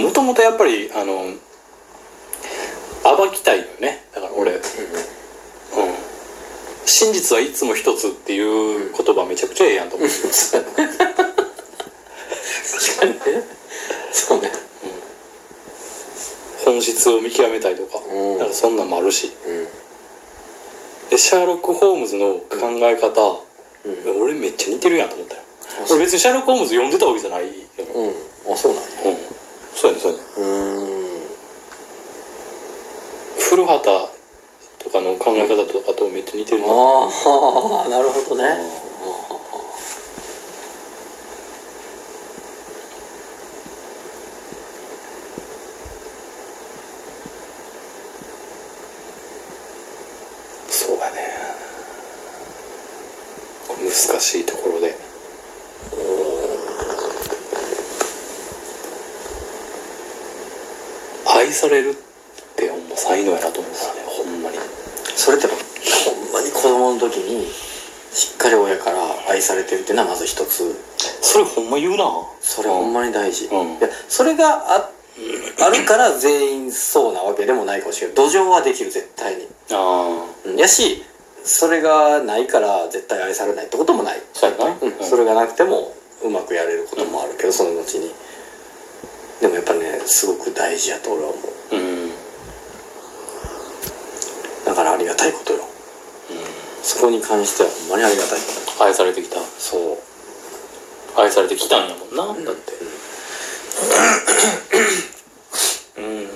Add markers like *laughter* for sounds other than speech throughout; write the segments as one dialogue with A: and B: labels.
A: もともとやっぱりあの暴きたいよねだから俺、うん、真実はいつも一つっていう言葉めちゃくちゃええやんと思う、
B: 確かにねそうね
A: 本質を見極めたりとか,、
B: うん
A: なんかそんなんもあるし
B: うん
A: でシャーロック・ホームズの考え方、
B: う
A: 俺めっちゃ似てるやんと思ったよ
B: あそう
A: 俺別にシャーロック・ホームズ読んでたわけじゃないよ、うん
B: うんあそうなんだ
A: そうやねそうやね
B: うーん
A: 古畑とかの考え方とかとめっちゃ似てるな
B: ああなるほどね
A: そうだねこれ難しいところで愛されるってほんま才能やなと思うからねほんまに
B: それってほんまに子供の時にしっかり親から愛されてるっていうのはまず一つ
A: それほんま言うな
B: それほんまに大事、
A: うん
B: いやそれがああるから全員そうなわけでもないかもしれない土壌はできる絶対に、
A: あ
B: うん、やしそれがないから絶対愛されないってこともない、
A: そうやな、
B: うん
A: うん
B: それがなくてもうまくやれることもあるけど、その後にでもやっぱねすごく大事やと俺は思う
A: うん
B: だからありがたいことよ、そこに関してはほんまにありがたい
A: 愛されてきた
B: そう
A: 愛されてきたんやもんな、だってうん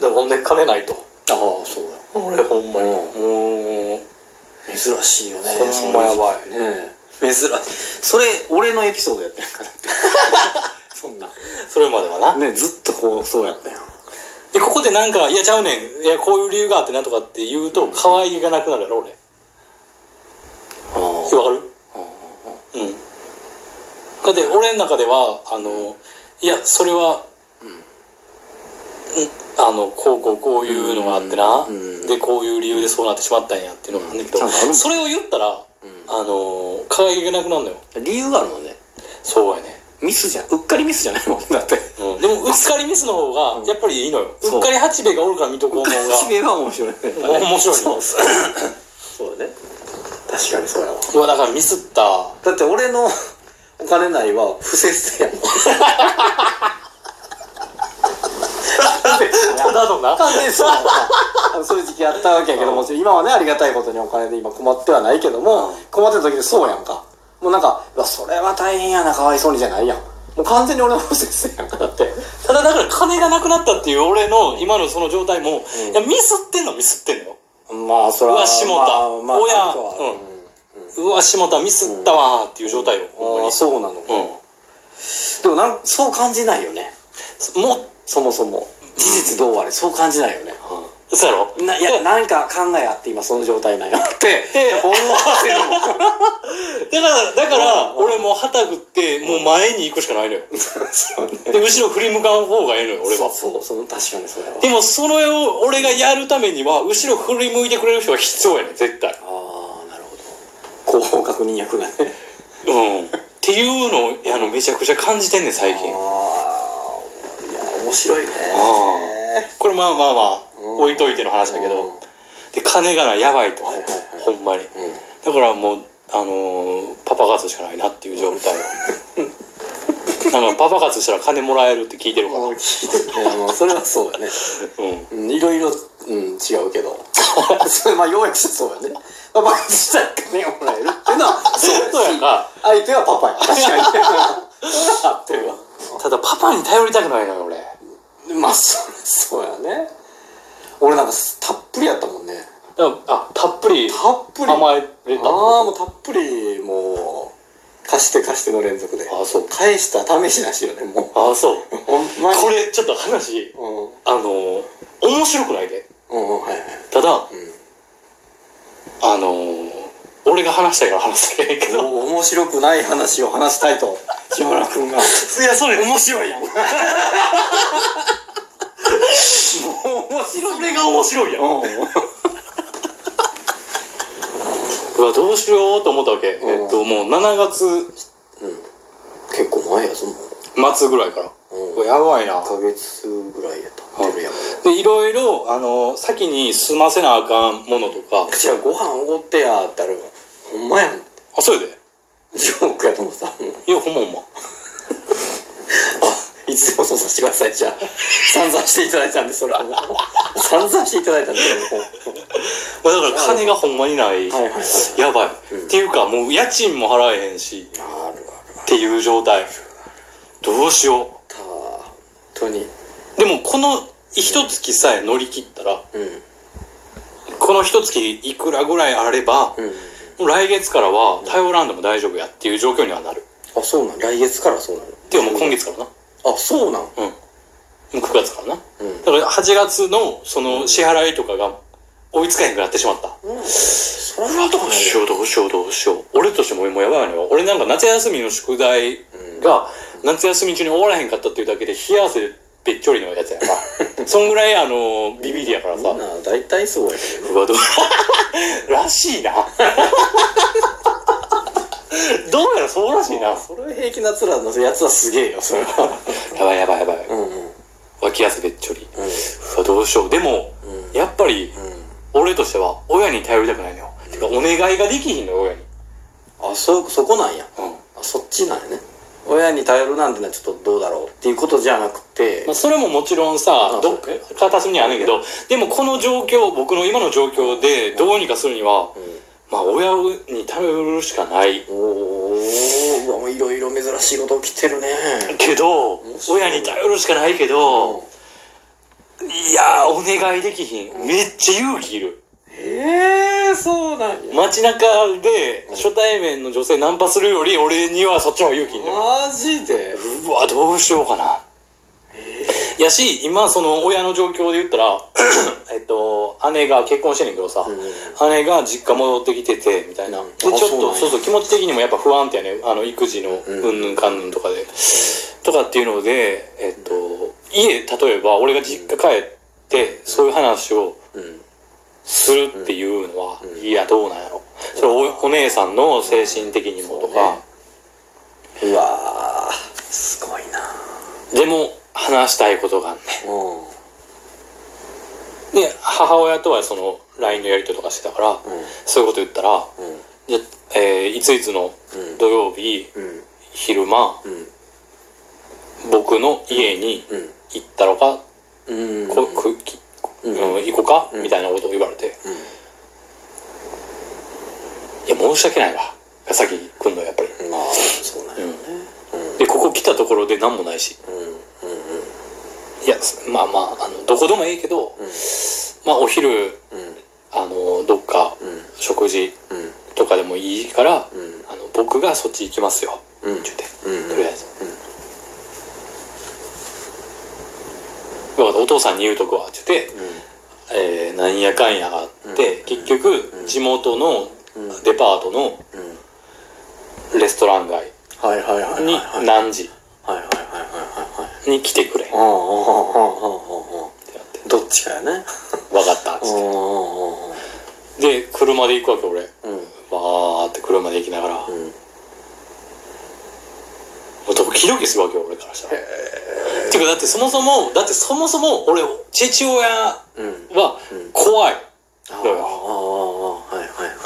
A: でもほんで金ないと
B: ああそうだ
A: 俺ほんまにもう
B: 珍しいよね
A: ほんま
B: その
A: やばい
B: ねえ珍しいそれ俺のエピソードやったんやから *laughs* そんな
A: それまではな
B: ねずっとこうそうやったよ
A: でここでなんか「いやちゃうねんいやこういう理由があってな」とかって言うと可愛げがなくなるやろ俺
B: ああ
A: わかるうんだって俺の中ではあのいやそれは、うん、あのこうこうこういうのがあってな、
B: うんうん
A: でこういう理由でそうなってしまったんやっていうのがあるんだけど、
B: うんちゃんとある
A: それを言ったら、あの可愛げがなくなるのよ
B: 理由があるもんね
A: そうやね、
B: ミスじゃんうっかりミスじゃないもんだって
A: うん、でもうっかりミスの方がやっぱりいいのよ、う
B: そう
A: っかり八兵衛がおるから見とこうもんが
B: *laughs* 初めは面白いね
A: 面白い
B: そ
A: の
B: うそうそうだね確かにそうやわ
A: うわだからミス
B: *laughs*
A: った
B: だって俺の *laughs* お金ないは不節制やもん
A: だとな
B: 完全にそうやわそういう時期あったわけやけどもちろん今はねありがたいことにお金で今困ってはないけども困ってた時でそうやんかもうなんかうわそれは大変やなかわいそうにじゃないやんもう完全に俺の不節制やんかだって
A: ただだから金がなくなったっていう俺の今のその状態も、いやミスってんのミスってんのよ
B: まあそれ
A: う
B: は
A: わ下田、
B: まあまあ
A: 親、
B: あとは
A: うん、うわ下田ミスったわーっていう状態よ、ほんま
B: あ
A: に
B: あそうなのか、
A: うん
B: でもなんそう感じないよね
A: もう
B: そもそも事実どうあれそう感じないよね、
A: そうやろ
B: ないやなんか考えあって今その状態なんやって思 *laughs* ってるもん
A: だからだから、
B: うん
A: 俺もうはたくってもう前に行くしかないのよ、
B: *laughs* そうね
A: で後ろ振り向かん方がええのよ俺は
B: そうそうその確かにそうやわ
A: でもそれを俺がやるためには後ろ振り向いてくれる人が必要やねん絶対
B: ああなるほど広報確認役がね
A: うんっていうのをあのめちゃくちゃ感じてんねん最近
B: ああいや面白いね
A: あこれまあまあまあ、置いといての話だけど、
B: うん
A: で金がないやばいと、
B: はいはいはい
A: ほんまに、だからもうあのーパパ活しかないなっていう状
B: *laughs*
A: 態なんかパパ活したら金もらえるって聞いてるから、うん
B: もう聞いていやもうそれはそうだねうんいろいろうん違うけど *laughs* それまあ要約してそうやねまあバカしたら金をもらえるっていうのはそう
A: そうやんか
B: 相手はパパや確かに *laughs* それは合ってるわ
A: ただパパに頼りたくないのよ俺だ
B: まあそれそうやね俺なんかたっぷりやったもんね
A: からあたっぷり
B: たっぷり
A: 甘えれた
B: ああもうたっぷりもう貸して貸しての連続で
A: あそう
B: 返した試しなしよねもう
A: ああそう
B: ほんまに
A: これちょっと話
B: うん
A: あのー面白くないで
B: うんうんはいはい
A: ただ、
B: う
A: あのー俺が話したいから話したいけ
B: ん
A: ど、
B: もう面白くない話を話したいと島村君がも
A: いやそれ面白いやん
B: う面白
A: それが面白いやん
B: うん
A: うわどうしようと思ったわけ、
C: ん
A: えっともう7月
B: 結構前やぞもう
A: 末ぐらいから、
B: うん
A: これやばいな
B: 1ヶ月ぐらいやったってるやん
A: でいろいろあの先に済ませなあかんものとか
B: こちらご飯おごってやってあるほんまやん
A: あそれで
B: ジョークやと思ってたもう
A: いやほんまほんま
B: あいつでもそうさせてくださいじゃあ散々していただいたんでそれは散々していただいたんでそれは
A: まあだから金がほんまにない、
B: はいはいはい
A: やばい、
B: う
A: っ
B: ん
A: ていうかもう家賃も払えへんし
B: あるあるあ
A: っていう状態どうしよ
B: った本当に
A: うでもこの一月さえ乗り切ったら
B: うん
A: この一月いくらぐらいあれば、
B: うん
A: もう来月からは頼らんでも大丈夫やっていう状況にはなる
B: あそうなん来月からそうなの
A: ていうかもう今月からな
B: あそうなん
A: うんもう9月からな
B: うん
A: だから8月のその支払いとかが追いつかへんくなってしまった
B: それ
A: うわどうしようどうしようどうしよう俺としてももうやばいのよ俺なんか夏休みの宿題が夏休み中に終わらへんかったっていうだけで冷や汗べっちょりのやつやからそんぐらいあのビビりやからさ
B: みんな大体そうやけどね
A: うわどうらしいなどうやらそうらしいなや
B: それは平気なつらのやつはすげえよそれは
A: ばいやばいやばい
B: うんうん
A: 脇汗べっちょり
B: うん
A: うわどうしようでも
B: うん
A: やっぱり俺としては親に頼りたくないのよてかお願いができひんのよ親に
B: あそそこなんや
A: うん
B: あそっちなんやね親に頼るなんてのはちょっとどうだろうっていうことじゃなくて
A: まあ、それももちろんさ
B: あ
A: どっか片隅にはあるんやけどでもこの状況僕の今の状況でどうにかするには
B: う
A: まあ親に頼るしかない
B: んおーうわもういろいろ珍しいこと起きてるね
A: けど
B: 白い
A: 親に頼るしかないけ
B: うん
A: どいやーお願いできひんめっちゃ勇気いる
B: ええそうなんや
A: 街中で初対面の女性ナンパするより俺にはそっちの方が勇気いる
B: マジで
A: うわどうしようかな、やし今その親の状況で言ったら *clears throat* えっと姉が結婚してんねんけどさ、姉が実家戻ってきててみたいな、
B: うん
A: でちょっ
B: あ
A: と
B: そうなん
A: そう
B: や
A: そう気持ち的にもやっぱ不安定やねあの育児の
B: うん
A: うんぬんかんぬんとかで、とかっていうのでえっと家例えば俺が実家帰ってそういう話を
B: うん
A: するっていうのは、
B: うん
A: いやどうなんやろそれおお姉さんの精神的にもとか、
B: うわーすごいな
A: でも話したいことがあんねん
B: うん
A: で母親とはその LINE のやり取りとかしてたから、そういうこと言ったら
B: うんうん
A: 「じゃえーいついつの
B: うん
A: 土曜日
B: うん
A: 昼間
B: うん
A: 僕の家に
B: うん
A: 行ったろか、
B: うん
A: こくき
B: うん
A: うん行こうか、
B: うん
A: みたいなことを言われて「いや申し訳ないわ」が先に来んのやっぱり。
B: まあそうなんやね
A: でここ来たところで何もないし
B: うんうん
A: いやまあまああのどこでもいいけど、まあお昼
B: うん
A: あのどっか
B: うん
A: 食事
B: うん
A: とかでもいいから、
B: うん
A: あの僕がそっち行きますよ、
B: うん
A: って言って。
B: うん
A: とりあえず、お父さんに言うとこはって言って、えーなんやかんやがあって、結局地元の
B: うん
A: デパートの
B: うんうん
A: レストラン街
B: はいはいはいはいはい
A: に
B: はいはいはい
A: 何時
B: はい
A: に来てくれって
B: うんうんうんうんうん
A: なって
B: どっちかやね
A: 分かったっつ
B: う
A: っ
B: んうん
A: てで車で行くわけ俺
B: うんうん
A: わーって車で行きながら、も
B: うん
A: うドキドキするわけよ俺からしたらていうかだってそもそもだってそもそも俺父親は
B: うん
A: 怖い
B: ああ
A: だよ
B: はいはいはい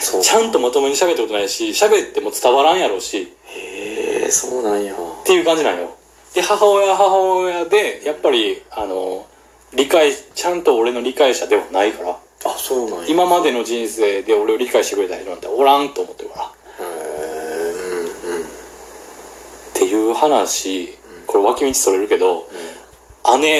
B: そう
A: ちゃんとまともに喋ったことないし喋っても伝わらんやろうし
B: へえそうなんや
A: っていう感じなんよで母親は母親でやっぱりあの理解ちゃんと俺の理解者ではないから
B: あそうなんや
A: 今までの人生で俺を理解してくれた人なんておらんと思ってるからっ
B: へえうんうん
A: ていう話これ脇道それるけど姉